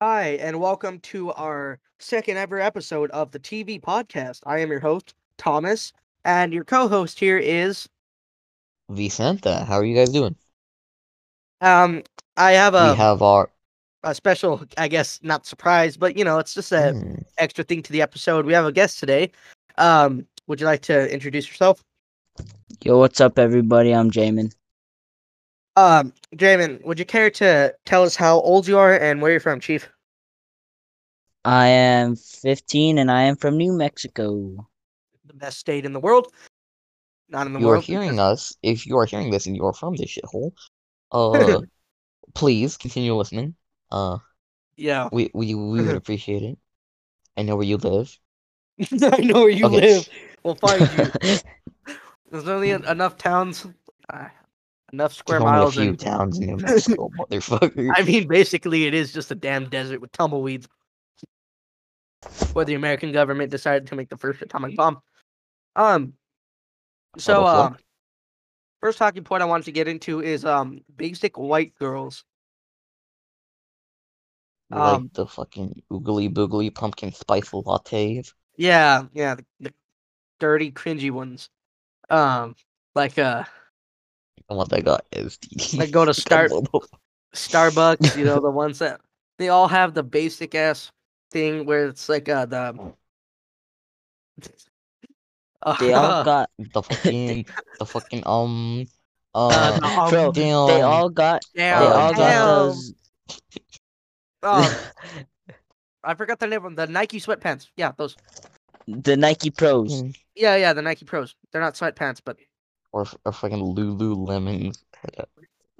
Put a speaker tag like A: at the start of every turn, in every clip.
A: Hi, and welcome to our second ever episode of the TV podcast. I am your host, Thomas, and your co host here is.
B: Vicenta, how are you guys doing?
A: Um, I have a,
B: we have our
A: a special, I guess, not surprise, but you know, it's just an
B: Hmm.
A: extra thing to the episode. We have a guest today. Um, would you like to introduce yourself?
C: Yo, what's up, everybody? I'm Jamin.
A: Um, Jamin, would you care to tell us how old you are and where you're from, Chief?
C: I am 15 and I am from New Mexico.
A: The best state in the world. Not in the
B: you are
A: world.
B: hearing us. If you are hearing this and you are from this shithole, uh, please continue listening. Uh,
A: Yeah.
B: we we we would appreciate it. I know where you live.
A: I know where you
B: Okay.
A: live. We'll find you. There's only en- enough towns, uh, enough square
B: There's only
A: miles.
B: a few
A: And,
B: towns in New Mexico, motherfucker.
A: I mean, basically, it is just a damn desert with tumbleweeds. Where the American government decided to make the first atomic bomb. Um, so
B: the
A: uh,
B: fuck?
A: first talking point I wanted to get into is um big stick white girls.
B: like
A: um,
B: the fucking oogly boogly pumpkin spice latte.
A: Yeah, yeah, the, the dirty, cringy ones. Um, like uh,
B: And what they got is the
A: Like, go to
B: the
A: start-
B: little-
A: Starbucks, you know, the ones that they all have the basic ass thing where it's like uh the
C: They all got
B: the fucking the fucking um
A: Uh,
B: uh,
A: the um,
C: Bro,
B: damn
C: they all got they
A: Damn,
C: all got
A: damn.
C: those
A: Um, I forgot the name of 'em, the Nike sweatpants. Yeah, those.
C: the Nike Pros.
B: fucking-
A: Yeah, yeah, the Nike Pros. They're not sweatpants, but
B: or f- or fucking Lululemon.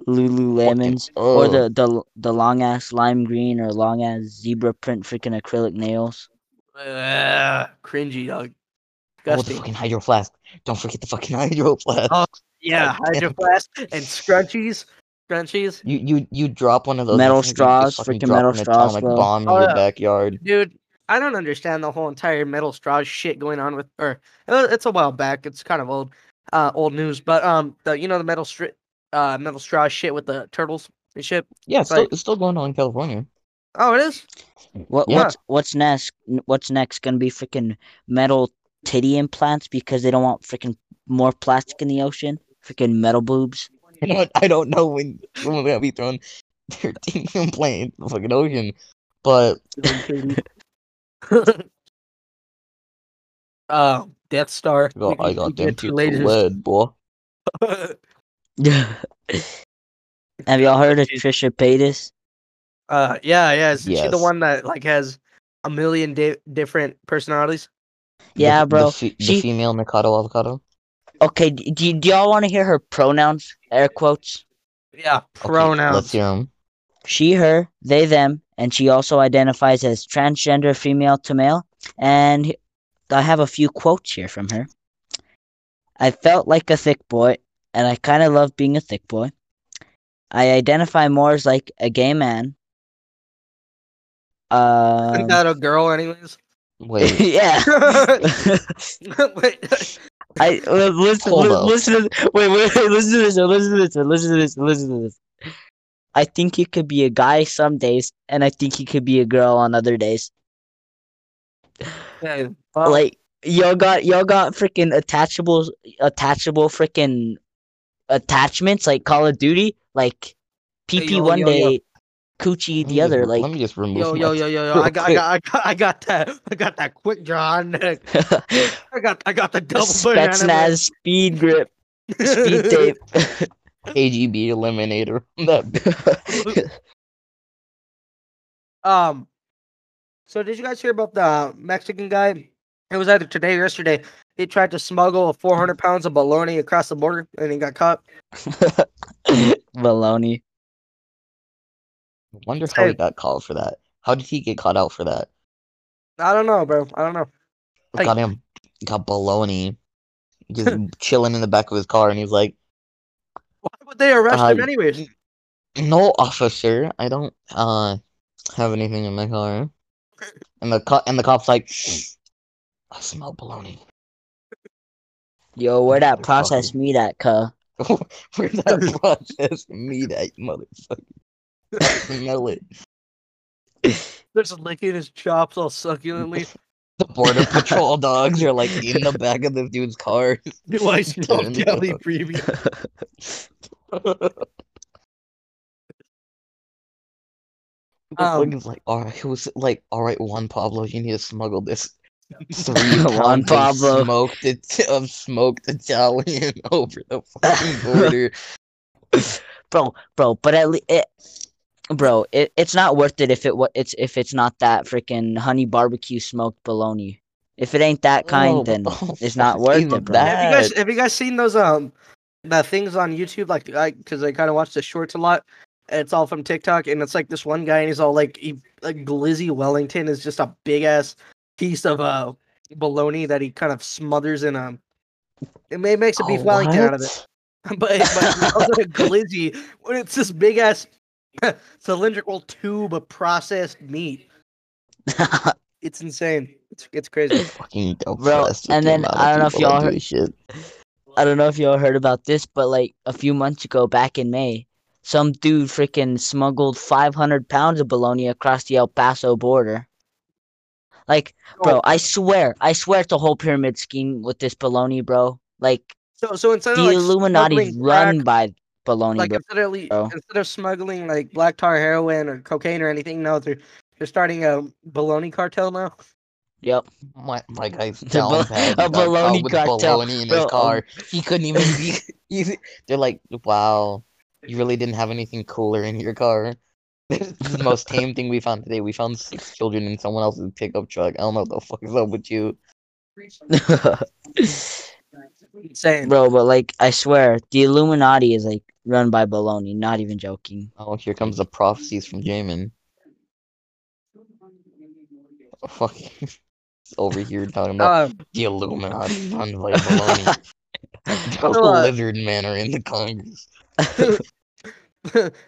C: Lululemons. Or
B: Or
C: the, the the long ass lime green or long ass zebra print freaking acrylic nails.
A: uh, cringy, dog.
B: oh, the
A: Disgusting.
B: fucking hydro flask. Don't forget the fucking hydro flask.
A: Oh. yeah,
B: God damn.
A: hydro flask and scrunchies, scrunchies,
B: You you you drop one of those
C: Metal
B: I think you just
C: straws,
B: fucking
C: freaking
B: drop
C: metal
B: an
C: straws,
B: atomic
C: bro.
B: bomb in
A: Oh,
B: your
A: yeah.
B: backyard.
A: dude. I don't understand the whole entire metal straw shit going on with, or it was- it's a while back. It's kind of old, uh, old news. But um, the you know the metal stri- uh, metal straw shit with the turtles and shit.
B: Yeah, it's still,
A: Like-
B: it's still going on in California.
A: Oh, it is.
C: What
B: Yeah.
C: what's what's next? What's next gonna be freaking metal titty implants because they don't want freaking more plastic in the ocean? Freaking metal boobs.
B: I don't I don't know when someone's gonna be thrown their team playing the fucking ocean, but
A: Uh, Death Star.
B: oh, I got, I
A: You
B: got
A: get
B: them
A: two
B: two lead, boy.
C: Have y'all heard of Trisha Paytas?
A: Uh, yeah, yeah. Is she the
B: Yes.
A: one that like has a million di- different personalities?
B: The-
C: Yeah,
B: the
C: bro,
B: fe- the
C: she-
B: female Mikado avocado.
C: Okay, d- do, do y'all want to hear her pronouns? Air quotes.
A: Yeah,
B: Okay,
A: pronouns.
B: let's hear 'em.
C: She, her, they, them, and she also identifies as transgender female to male. And he- I have a few quotes here from her. I felt like a thick boy, and I kind of love being a thick boy. I identify more as like a gay man.
A: Isn't
C: Um,
A: that a girl, anyways?
B: Wait,
C: yeah.
A: Wait,
C: I li- listen,
B: Hold
C: li-
B: up.
C: listen, to th- wait, wait, wait, listen to this, one, listen to this, one, listen to this, one, listen to this. I think you could be a guy some days, and I think you could be a girl on other days.
A: okay, well,
C: Like y'all got y'all got freaking attachable, attachable freaking attachments like Call of Duty, like PP
A: yo,
C: one
A: yo, yo.
C: day, coochie
B: let me
C: the
B: just
C: other.
B: re-
C: Like
B: let me just remove
A: yo,
B: my
A: yo, yo, yo, yo.
B: real
A: I got, I got, I got, I got that. I got that quick draw. on that. I got, I got the double banana.
C: Spetsnaz speed grip, speed tape.
B: KGB eliminator. That
A: Um, so did you guys hear about the Mexican guy? It was either today or yesterday. He tried to smuggle 400 pounds of bologna across the border and he got caught.
C: Baloney.
B: wonder how he
A: Hey.
B: got called for that. How did he get caught out for that?
A: I don't know, bro. I don't know. Hey.
B: Got him. Got baloney. Just chilling in the back of his car, and he's like,
A: Why would they arrest him
C: Um,
B: Uh,
A: anyways?
B: "No, officer, I don't uh have anything in my car." And the cop and the cop's like, "I smell baloney."
C: Yo, where that
B: Motherfucker.
C: process meat at, cuh?
B: Where's that processed meat at, you motherfucker? I smell it.
A: There's licking his chops all succulently.
B: The border patrol dogs are like in the back of this dude's car.
A: Why is
B: Don't tell me,
A: preview? Um,
B: He's like, all right, he was like, all right, Juan Pablo, you need to smuggle this three
C: Juan
B: pounds of
C: Pablo.
B: smoked it- of smoked Italian over the fucking border.
C: bro, bro. But at least, it, bro, it, it's not worth it if it wa- it's if it's not that freaking honey barbecue smoked bologna. If it ain't that kind,
B: Oh,
C: then
B: oh,
C: it's not
B: fuck,
C: worth
B: even
C: it, bro.
B: that.
A: Have you guys have you guys seen those um the things on YouTube like I because I kind of watch the shorts a lot. and It's all from TikTok, and it's like this one guy, and he's all like, he, like Glizzy Wellington is just a big ass piece of uh bologna that he kind of smothers in um. It ma- makes a beef Wellington out of it. but,
B: What?
A: but it smells like a glizzy when it's this big ass cylindrical tube of processed meat. It's insane. It's it's crazy.
B: Fucking dope
C: Bro,
B: fest with
C: and
B: the
C: then
B: amount
C: I don't know if
B: people that
C: y'all
B: do
C: heard-
B: this shit.
C: I don't know if y'all heard about this, but like a few months ago, back in May, some dude freaking smuggled 500 pounds of bologna across the El Paso border. Like, bro, I swear, I swear it's a whole pyramid scheme with this bologna, bro. Like,
A: So so instead
C: the
A: of like
C: Illuminati
A: smuggling
C: run
A: crack,
C: by bologna,
A: like
C: bro.
A: instead of, le-
C: bro.
A: instead of smuggling like black tar heroin or cocaine or anything, no, they're they're starting a bologna cartel now.
C: Yep.
B: My my guy's
C: The
B: down
C: bol-
B: bad.
C: a
B: He got
C: baloney
B: caught with
C: cartel.
B: baloney in
C: Bro,
B: his
C: um,
B: car. He couldn't even be. he- they're like, wow, you really didn't have anything cooler in your car. This is the most tame thing we found today. We found six children in someone else's pickup truck. I don't know what the fuck is up with you.
A: Insane.
C: bro, but like, I swear, the Illuminati is like run by bologna, not even joking.
B: Oh, here comes the prophecies from Jamin. Fuck. He's over here talking about
A: Um,
B: the Illuminati run by baloney.
A: So, uh,
B: lizard men are in the Congress.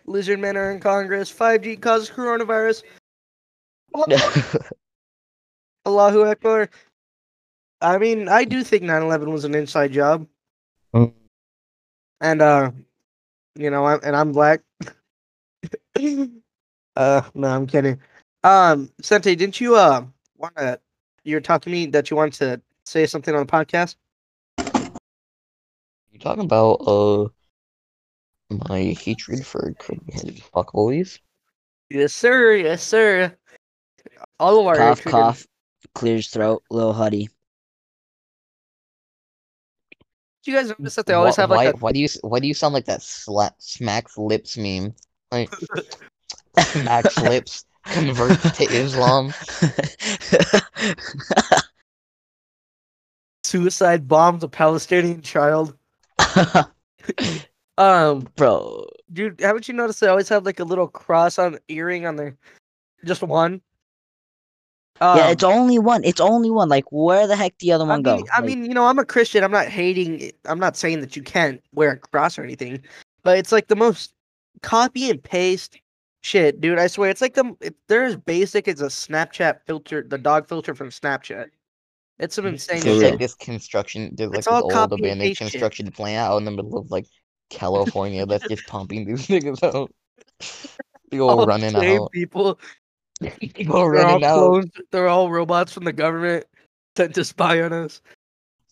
A: lizard men are in Congress. 5G causes coronavirus. Allahu Akbar. I mean, I do think 9/11 was an inside job,
B: Mm.
A: and uh, you know, I'm and I'm black. uh, no, I'm kidding. Um, Sente, didn't you uh want to? You were talking to me that you wanted to say something on the podcast.
B: You talking about uh my hatred for creative fuckboys?
A: Yes, sir. Yes, sir. All of our
C: cough,
A: hatred-
C: cough, clears throat, little huddy.
A: Do you guys notice that they always
B: Wh-
A: have
B: why,
A: like
B: why do you s- why do you sound like that slap smacks lips meme? Like smacks lips converts to Islam.
A: a suicide bombs a Palestinian child? Um,
C: Bro,
A: Dude, haven't you noticed they always have like a little cross on earring on their just one? Um,
C: yeah, it's only one. It's only one. Like, where the heck the other
A: I
C: one
A: mean,
C: go?
A: I
C: Like,
A: mean, you know, I'm a Christian. I'm not hating. it- I'm not saying that you can't wear a cross or anything, but it's like the most copy and paste shit, dude. I swear, it's like the it, they're as basic as a Snapchat filter, the dog filter from Snapchat. It's some insane
C: Mm, For
B: There's like
A: shit.
B: this construction, there's like
A: It's
B: this
A: all
B: old
A: copy and
B: abandoned
A: paste shit.
B: construction plant out in the middle of like California that's just pumping these niggas out. They go
A: All the
B: running
A: same
B: out.
A: people.
B: They go
A: They're all
B: running out.
A: clones. They're all robots from the government sent to spy on us.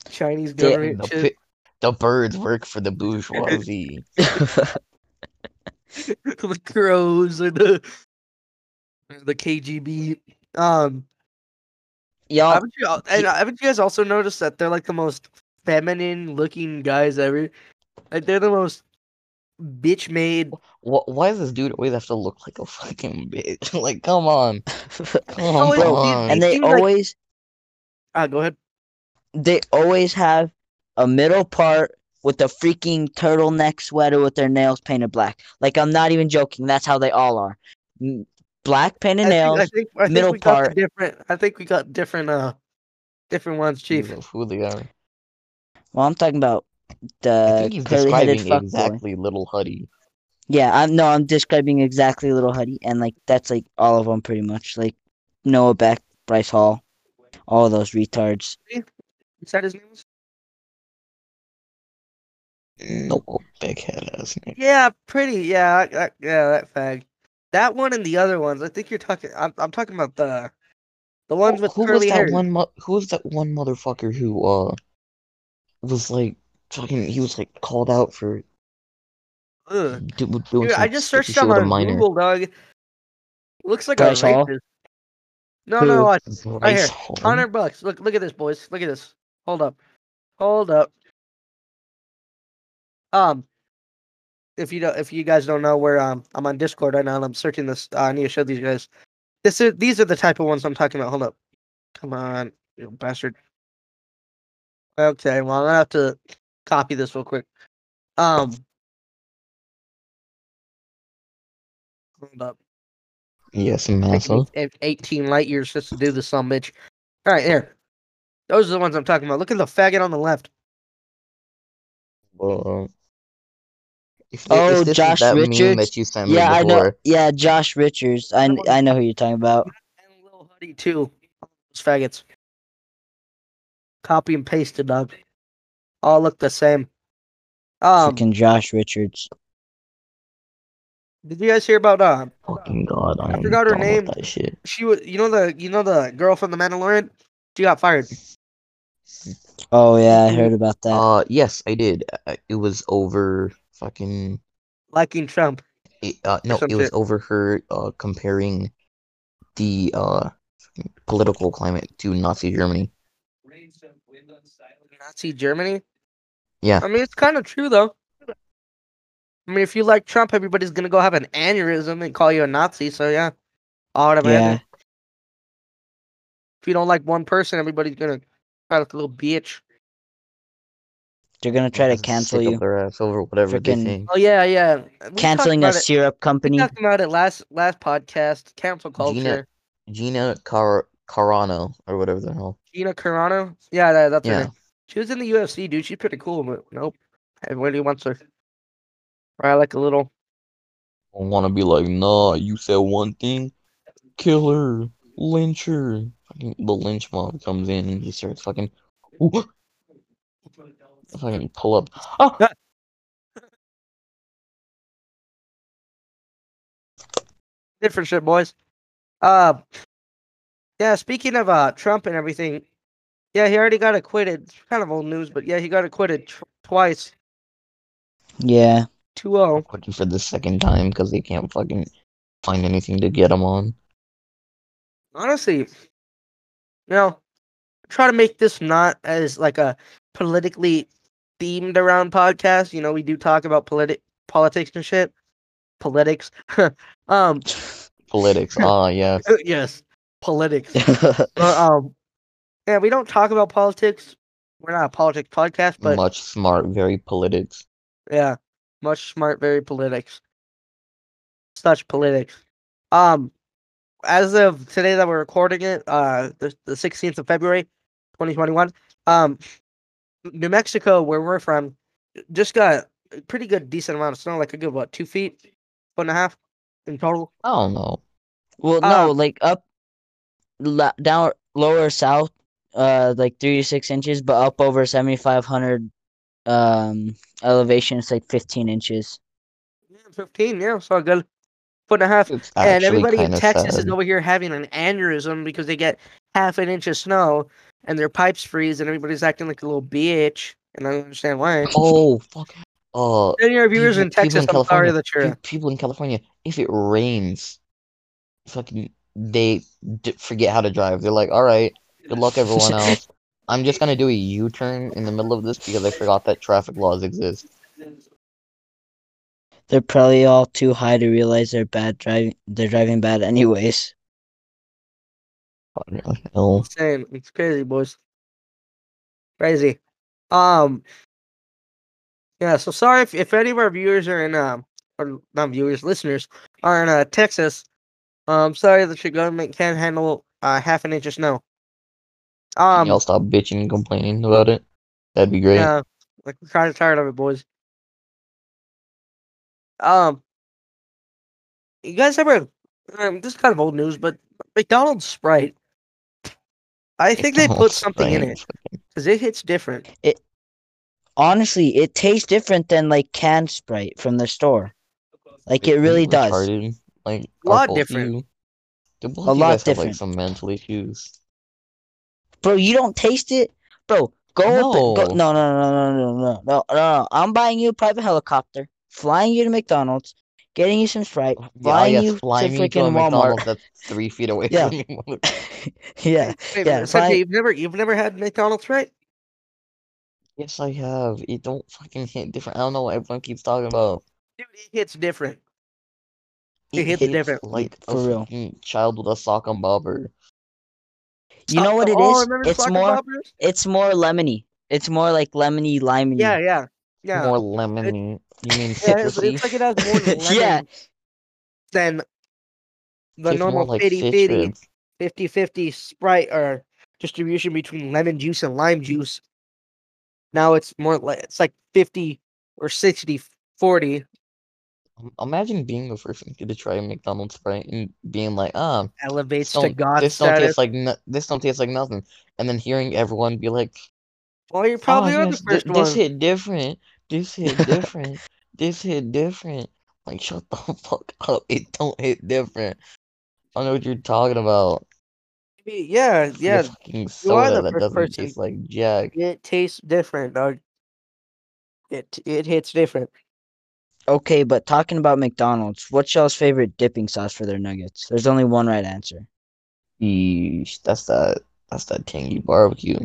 A: Chinese
C: They-
A: government.
B: The,
A: shit.
B: pi- the birds work for the bourgeoisie.
A: the crows or the the KGB. Um,
C: y'all,
A: haven't you al- and haven't you guys also noticed that they're like the most feminine looking guys ever? Like they're the most bitch made.
B: Wh- why does this dude always have to look like a fucking bitch? like, come on, come on,
A: always
B: come
A: been-
B: on.
C: and they
A: seem like-
C: always,
A: Ah, go ahead.
C: they always have a middle part with a freaking turtleneck sweater with their nails painted black. Like, I'm not even joking. That's how they all are. M- Black painted
A: I think,
C: nails.
A: I think, I think
C: middle
A: we got the
C: part.
A: different. I think we got different. Uh, different ones,
B: He's
A: chief.
B: a fool, they are.
C: Well, I'm talking about
A: Uh,
B: I
C: the
B: think he's
C: curly-headed
B: describing
C: fuckboy.
B: exactly Little Huddy.
C: Yeah, I'm no, I'm describing exactly Little Huddy, and like that's like all of them pretty much. Like Noah Beck, Bryce Hall, all those retards.
A: Is that his name? was?
B: No big head ass nigga.
A: Mm. Yeah, pretty. Yeah, I, I, yeah, that fag. That one and the other ones. I think you're talking. I'm, I'm talking about the the ones with
B: who was
A: curly
B: that
A: hair.
B: one? Mo- who was that one motherfucker who uh was like fucking? He was like called out for
A: Ugh.
B: do, doing
A: Dude,
B: some
A: I just searched
B: sticky shit
A: him
B: with a
A: on
B: minor.
A: Google, dog. Looks like
C: Bryce
A: a
C: Hall?
A: rapist. No, no, watch.
B: Who?
A: Right here.
B: Bryce Hall?
A: Hundred bucks. Look, look at this, boys. Look at this. Hold up, hold up. Um, if you don't, if you guys don't know where um, I'm on Discord right now and I'm searching this. Uh, I need to show these guys. This is these are the type of ones I'm talking about. Hold up. Come on, you bastard. Okay, well I'm gonna have to copy this real quick. Um, hold up.
B: Yes,
A: Taking me
B: massive.
A: eight- 18 light years just to do this, some bitch. All right, here. Those are the ones I'm talking about. Look at the faggot on the left.
B: Well, um, if
C: Oh,
B: if this is
C: Josh
B: that meme
C: Richards?
B: that you sent me
C: Yeah, I know.
B: before,
C: Yeah, Josh Richards. I, kn- I know who you're talking about.
A: And Lil Huddy, too. Those faggots. Copy and pasted, dog. All look the same. Um,
C: Freaking Josh Richards.
A: did you guys hear about um?
B: fucking god, I,
A: I
B: am
A: forgot her
B: done with
A: name.
B: That shit.
A: She was, you know the, you know the girl from The Mandalorian. She got fired.
C: Oh yeah, I
B: Mhm.
C: heard about that.
B: Uh, yes, I did. Uh, It was over fucking.
A: Liking Trump.
B: It, uh, no,
A: some
B: it was
A: shit.
B: over her uh comparing the uh political climate to Nazi Germany.
A: Nazi Germany.
B: Yeah.
A: I mean, it's kind of true though. I mean, if you like Trump, everybody's gonna go have an aneurysm and call you a Nazi. So yeah, automatic.
C: yeah,
A: If you don't like one person, everybody's gonna call you a little bitch.
C: they're gonna try to
B: Because
C: cancel
B: stick up
C: you.
B: their ass over whatever they
C: Frickin'
B: think.
A: Oh yeah, yeah. We talked
C: Canceling a
A: about it.
C: syrup
A: We
C: company.
A: talked about it last last podcast. Cancel culture.
B: Gina Gina Car- Carano or whatever the hell.
A: Gina Carano. Yeah, that, that's her
B: Yeah.
A: name. She was in the UFC, dude. She's pretty cool, but nope. Everybody wants her. Right, like a little.
B: I want to be like, nah, you said one thing, kill her, lynch her. Fucking, the lynch mob comes in and he starts fucking, ooh, fucking pull up. Ah!
A: different shit, boys. Uh, yeah. Speaking of uh Trump and everything, yeah, he already got acquitted. It's kind of old news, but yeah, he got acquitted tw- twice,
C: Yeah,
A: 2-0.
B: Looking for the second time because they can't fucking find anything to get him on.
A: Honestly, you know, try to make this not as like a politically themed around podcast. You know, we do talk about politi- politics and shit. Politics. um.
B: Politics. Ah, yes.
A: yes. Politics. But um. Yeah, we don't talk about politics. We're not a politics podcast, but
B: Much smart, very politics.
A: Yeah. Much smart, very politics. Such politics. Um as of today that we're recording it, uh the the sixteenth of February, twenty twenty one, um New Mexico, where we're from, just got a pretty good decent amount of snow, like a good what, two feet, foot and a half in total.
B: I don't know.
C: well, no, like up, la- down, lower south, uh, like three to six inches, but up over seventy five hundred, um, elevation, it's like fifteen inches.
A: Yeah, fifteen, yeah, so a good foot and a half.
B: It's
A: and
B: actually
A: everybody in
B: kinda
A: Texas is
B: sad.
A: over here having an aneurysm because they get half an inch of snow and their pipes freeze and everybody's acting like a little bitch. And I don't understand why.
B: Oh, fuck. Uh,
A: Any of our viewers
B: people-
A: in
B: people in
A: Texas, I'm sorry
B: California,
A: that
B: Pe-
A: you're.
B: people in California, if it rains, fucking they d- forget how to drive. They're like, all right, good luck, everyone else. I'm just gonna do a U-turn in the middle of this because I forgot that traffic laws exist.
C: They're probably all too high to realize they're bad driving. They're driving bad anyways.
B: Fucking hell.
A: Insane. It's crazy, boys. Crazy. Um. Yeah. So sorry if, if any of our viewers are in um or not viewers listeners are in uh Texas. Um. Sorry that your government can't handle uh half an inch of snow.
B: Can
A: Um.
B: y'all stop bitching and complaining about it? That'd be great.
A: Yeah. Like we're kind of tired of it, boys. Um. You guys ever? Um, this is kind of old news, but McDonald's Sprite. I think they put
B: McDonald's
A: something in
B: Sprite,
A: it because it hits different.
C: Honestly, it tastes different than like canned Sprite from the store. Like
B: fucking
C: it really
B: retarded.
C: does.
B: Like
A: A lot
B: Uncle
A: different.
B: Hugh. Do both
C: A
B: you
C: lot
B: guys have, like
C: different.
B: some mental issues?
C: Bro, you don't taste it? Bro, go up and go
B: No.
C: no no no no no no no no no. I'm buying you a private helicopter, flying you to McDonald's, getting you some Sprite,
B: Yeah,
C: flying
B: yes,
C: you
B: fly
C: to
B: me to a
C: freaking
B: McDonald's
C: Walmart.
B: that's three feet away
C: Yeah.
B: from you.
C: yeah.
A: Wait,
C: yeah,
A: Sanjay,
C: fine.
A: you've never you've never had McDonald's, right?
B: Yes, I have. It don't fucking hit different. I don't know what everyone keeps talking about.
A: Dude, it hits different. It
B: It
A: hits
B: hits
A: different.
B: like a
C: For real.
B: fucking child with a sock on bobber.
C: You know
A: Oh,
C: what it
A: oh,
C: is?
A: remember
C: It's
A: Slocker
C: more
A: Poppers?
C: it's more lemony. It's more like lemony limey.
A: Yeah, yeah, yeah.
B: More lemony. You mean
A: yeah it's,
B: citrusy?
A: it's like it has more lemon
C: Yeah.
A: than the
B: Tastes more
A: normal
B: like
A: fitty fitty
B: citrus.
A: 50 50 sprite or distribution between lemon juice and lime juice. Now it's more like it's like 50 or 60 40.
B: Um, Imagine being the first kid to try a McDonald's Sprite and being like, ah,
A: elevates to
B: don't-
A: God
B: this don't
A: status.
B: taste like no- this don't taste like nothing. And then hearing everyone be like,
A: well, you probably
B: oh,
A: are
B: yes,
A: the
B: thi-
A: first
B: this
A: one.
B: hit different. This hit different. This hit different. Like, shut the fuck up. It don't hit different. I know what you're talking about.
A: Maybe- Yeah,
B: Your
A: yeah.
B: fucking
A: you are
B: soda
A: the
B: that
A: first
B: doesn't
A: person.
B: taste like jack.
A: It tastes different, dog. It it hits different.
C: Okay, but talking about McDonald's, what's y'all's favorite dipping sauce for their nuggets? There's only one right answer.
B: Yeesh, that's that. That's that tangy barbecue.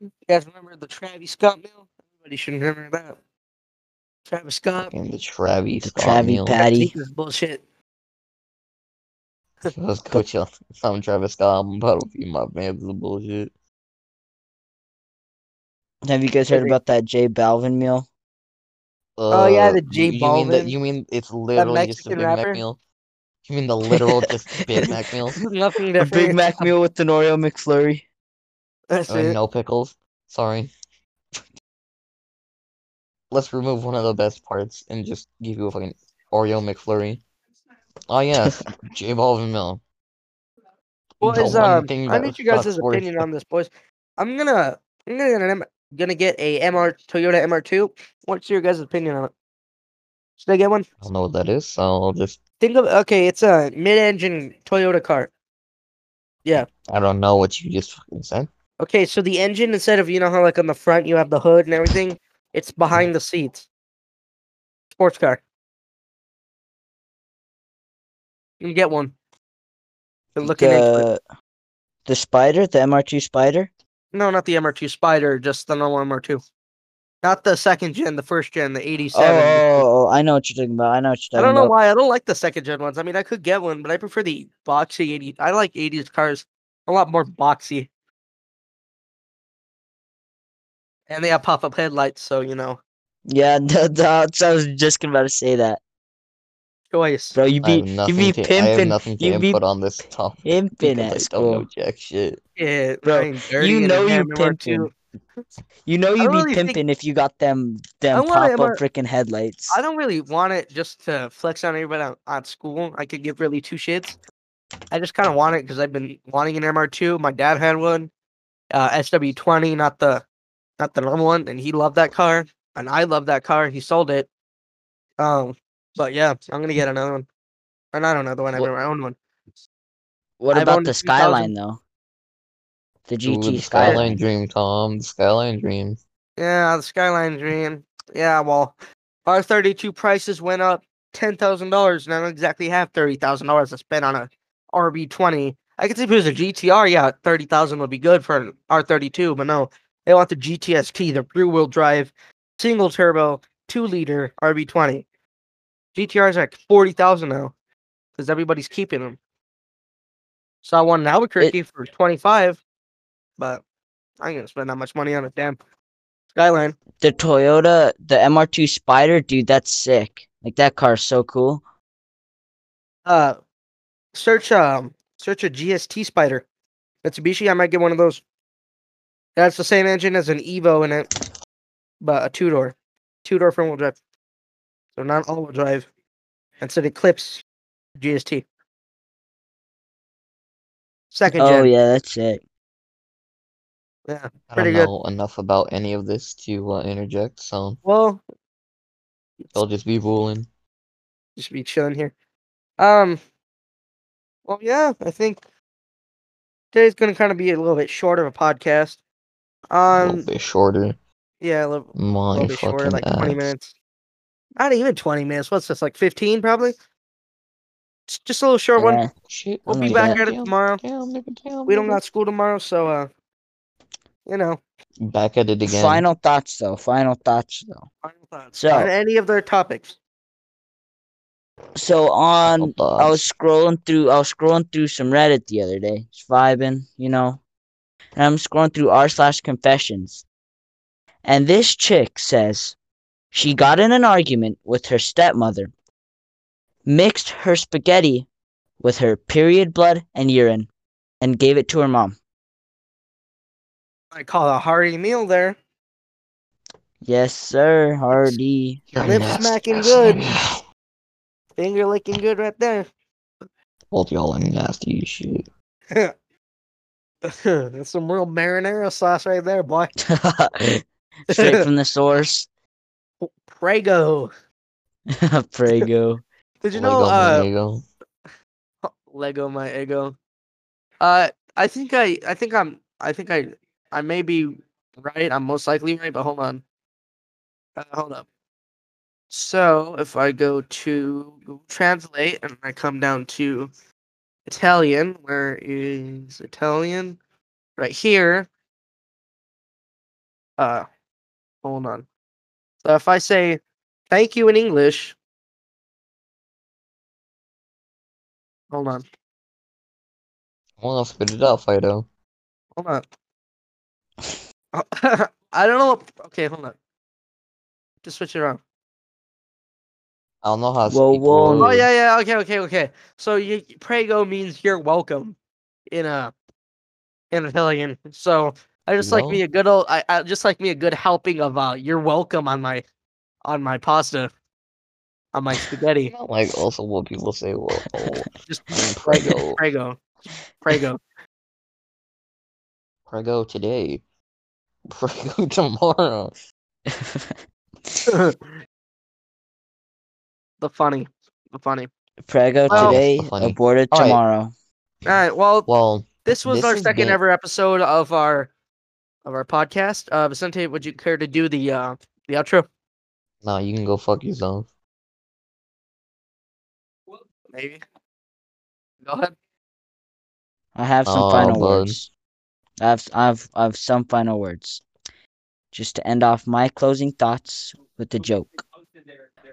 A: You guys remember the Travis Scott meal? Everybody should remember that. Travis Scott.
B: And the Travis
C: The
B: Scott
C: Travi
B: meal.
C: Pat- Patty.
A: This is bullshit.
B: Let's go, chill. I'm Travis Scott. I'm about to feed my fans this bullshit.
C: Have you guys heard
A: Favorite-
C: about that J Balvin meal?
A: Oh, yeah, the
B: Uh,
A: J
B: you- You mean that?
A: Balvin,
B: You mean it's literally just a
A: Mexican
B: Big Mac
A: rapper?
B: meal? You mean the literal just Big Mac meal?
A: Nothing
C: A
A: different.
C: Big Mac meal with an Oreo McFlurry.
A: That's
B: Uh,
A: it.
B: no pickles. Sorry. Let's remove one of the best parts and just give you a fucking Oreo McFlurry. Oh yes, J Balvin meal.
A: What
B: The
A: is
B: one
A: um?
B: thing
A: I
B: that
A: need you guys'
B: sucks worse.
A: opinion on this, boys. I'm gonna I'm gonna get an M- gonna get a MR Toyota MR2. What's your guys' opinion on it? Should I get one?
B: I don't know what that is, so I'll just
A: Think of okay, it's a mid-engine Toyota car.
B: I don't know what you just fucking said.
A: Okay, so the engine instead of you know how like on the front you have the hood and everything, it's behind the seats. Sports car. You can get one. Been looking into it.
C: The the spider, the MR2 spider.
A: No, not the MR2 Spider, just the normal MR2. Not the second gen, the first gen, the
C: Oh,
A: 87.
C: oh, oh, I know what you're talking about. I know what you're
A: I
C: talking
A: don't know
C: about.
A: why I don't like the second gen ones. I mean, I could get one, but I prefer the boxy 80. I like 80s cars a lot more boxy. And they have pop up headlights, so you know,
C: Yeah, the, the, so I was just about to say that,
A: choice.
C: bro. You
B: I
C: be
B: have
C: you
B: nothing
C: be
B: to, I have
C: pimping,
B: nothing to
C: you be
B: input on this topic
C: pimping
B: because
C: at
B: I don't know
C: school.
B: jack shit.
A: Yeah,
C: Bro,
A: I ain't dirty
C: you
A: and a
C: know you
A: damn MR2.
C: pimping. You know
A: I
C: you
A: don't
C: be
A: really think-
C: pimping if you got them them
A: want
C: pop
A: a MR
C: up freaking headlights.
A: I don't really want it just to flex on everybody on, on school. I could give really two shits. I just kind of want it because I've been wanting an MR2. My dad had one, uh, SW20, not the not the normal one, and he loved that car, and I love that car. He sold it. Um, but yeah, I'm gonna get another one, or not another one. I
B: Wha-
A: mean, my own one.
C: What
A: I've
C: about
A: owned
C: the
A: a 2000
C: skyline though? The
B: Ooh,
C: GT
B: the
C: skyline.
B: Skyline Dream, Tom. The Skyline Dream.
A: Yeah, the Skyline Dream. Yeah, well, R32 prices went up ten thousand dollars, and I don't exactly have thirty thousand dollars to spend on a RB20. I could see if it was a GTR, yeah, thirty thousand would be good for an R32, but no, they want the GTST, the rear-wheel drive, single turbo, two-liter RB20. GTR is like forty thousand now, because everybody's keeping them. So I want an Albuquerque for twenty-five, but I ain't gonna spend that much money on a damn Skyline.
C: The Toyota, the MR2 Spider, dude, that's sick. Like that car is so cool.
A: uh search um search a GST spider. Mitsubishi, I might get one of those. That's the same engine as an Evo in it, but a two door. Two door front wheel drive. So not all wheel drive. That's an Eclipse GST. Second
C: Oh
A: gen.
C: yeah, that's sick.
A: yeah.
B: I
A: Pretty
B: don't
A: good.
B: know enough about any of this to uh, interject, so
A: Well,
B: they'll just be ruling.
A: just be chilling here. Um. Well, yeah, I think today's going to kind of be a little bit short of a podcast.
B: a little
A: Um.
B: bit shorter.
A: Yeah, a little, a
B: My
A: little bit
B: fucking
A: shorter, like twenty
B: ass.
A: minutes. Not even twenty minutes. What's this? Like fifteen, probably. It's just a little short one.
C: Yeah.
B: Shit,
A: We'll
C: Oh
A: be
C: my
A: back
C: God.
A: at it tomorrow.
B: Damn, nigga, damn,
A: We don't
B: nigga.
A: got school tomorrow, so uh, you know,
B: back at it again.
C: Final thoughts, though. Final thoughts, though.
A: final thoughts
C: So-
A: on any of their topics.
C: So
B: Final
C: on, I
B: thoughts.
C: was scrolling through. I was scrolling through some Reddit the other day, just vibing, you know. And I'm scrolling through r slash confessions, and this chick says she got in an argument with her stepmother, mixed her spaghetti with her period blood and urine, and gave it to her mom.
A: I call a hearty meal there.
C: Yes, sir, Hardy.
B: You're a
A: lips
B: nasty
A: smacking
B: ass
A: good.
B: nigga.
A: Finger licking good right there.
B: Both y'all are nasty as shit.
A: That's some real marinara sauce right there, boy.
C: Straight from the source.
A: Prego.
C: Prego.
A: Did you
B: Lego,
A: know? Uh,
B: Lego.
A: Lego my ego. Uh, I think I, I think I'm, I think I, I may be right. I'm most likely right, but hold on. Uh, hold up. So if I go to Google Translate and I come down to Italian, where is Italian? Right here. Uh, hold on. So if I say thank you in English, hold on.
B: Well, I'll spit it out, Fido.
A: Hold on. Oh, I don't know. What, okay, hold on. Just switch it around.
B: I don't know how to
C: Whoa,
B: speak
C: whoa.
A: Oh
C: Ooh.
A: yeah, yeah. Okay, okay, okay. So you, prego means you're welcome in a in Italian. So I just like me
B: Well.
A: a good old. I, I just like me a good helping of uh. You're welcome on my on my pasta on my spaghetti.
B: Not like also what people say. Well, oh,
A: Just
B: I'm prego,
A: prego, prego.
B: prego today, prego tomorrow.
A: the funny, the funny.
C: Prego
A: Well-
C: today,
B: Funny.
C: aborted
B: All right.
C: tomorrow.
A: All right. Well,
B: Well,
A: this was
B: This
A: our
B: has
A: second
B: been-
A: ever episode of our of our podcast. Uh, Vicente, would you care to do the uh the outro?
B: no, you can go fuck yourself.
A: Maybe. Go ahead.
C: I have some
B: Oh,
C: final
B: bud.
C: words. I've I've I've some final words. Just to end off my closing thoughts with a joke.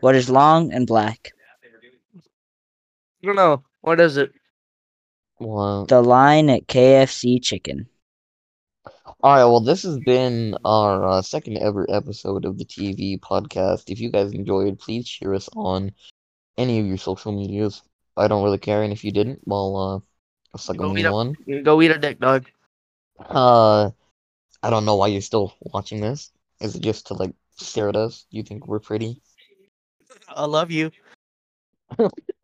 C: What is long and black?
A: I don't know. What is it?
B: Well,
C: The line at KFC chicken.
B: All right, well, this has been our uh, second ever episode of the TV podcast. If you guys enjoyed, please share us on any of your social medias. I don't really care, and if you didn't, well, uh, I'll suck a
A: Well, we
B: mean
A: don't-
B: one.
A: Go eat a dick, dog.
B: Uh, I don't know why you're still watching this. Is it just to like stare at us? You think we're pretty?
A: I love you.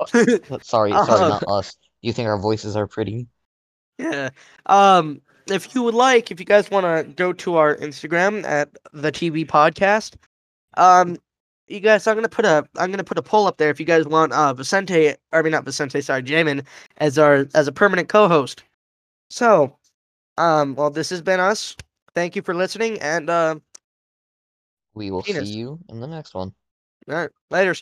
B: Sorry, sorry,
A: Uh,
B: not us. You think our voices are pretty?
A: yeah. Um, if you would like, if you guys want to go to our Instagram at the TV podcast, um, you guys, I'm gonna put a, I'm gonna put a poll up there if you guys want uh Vicente, I mean not Vicente, sorry, Jamin as our as a permanent co-host. So, um, well, this has been us. Thank you for listening, and uh,
B: We will
A: Penis.
B: see you in the next one.
A: all right, later.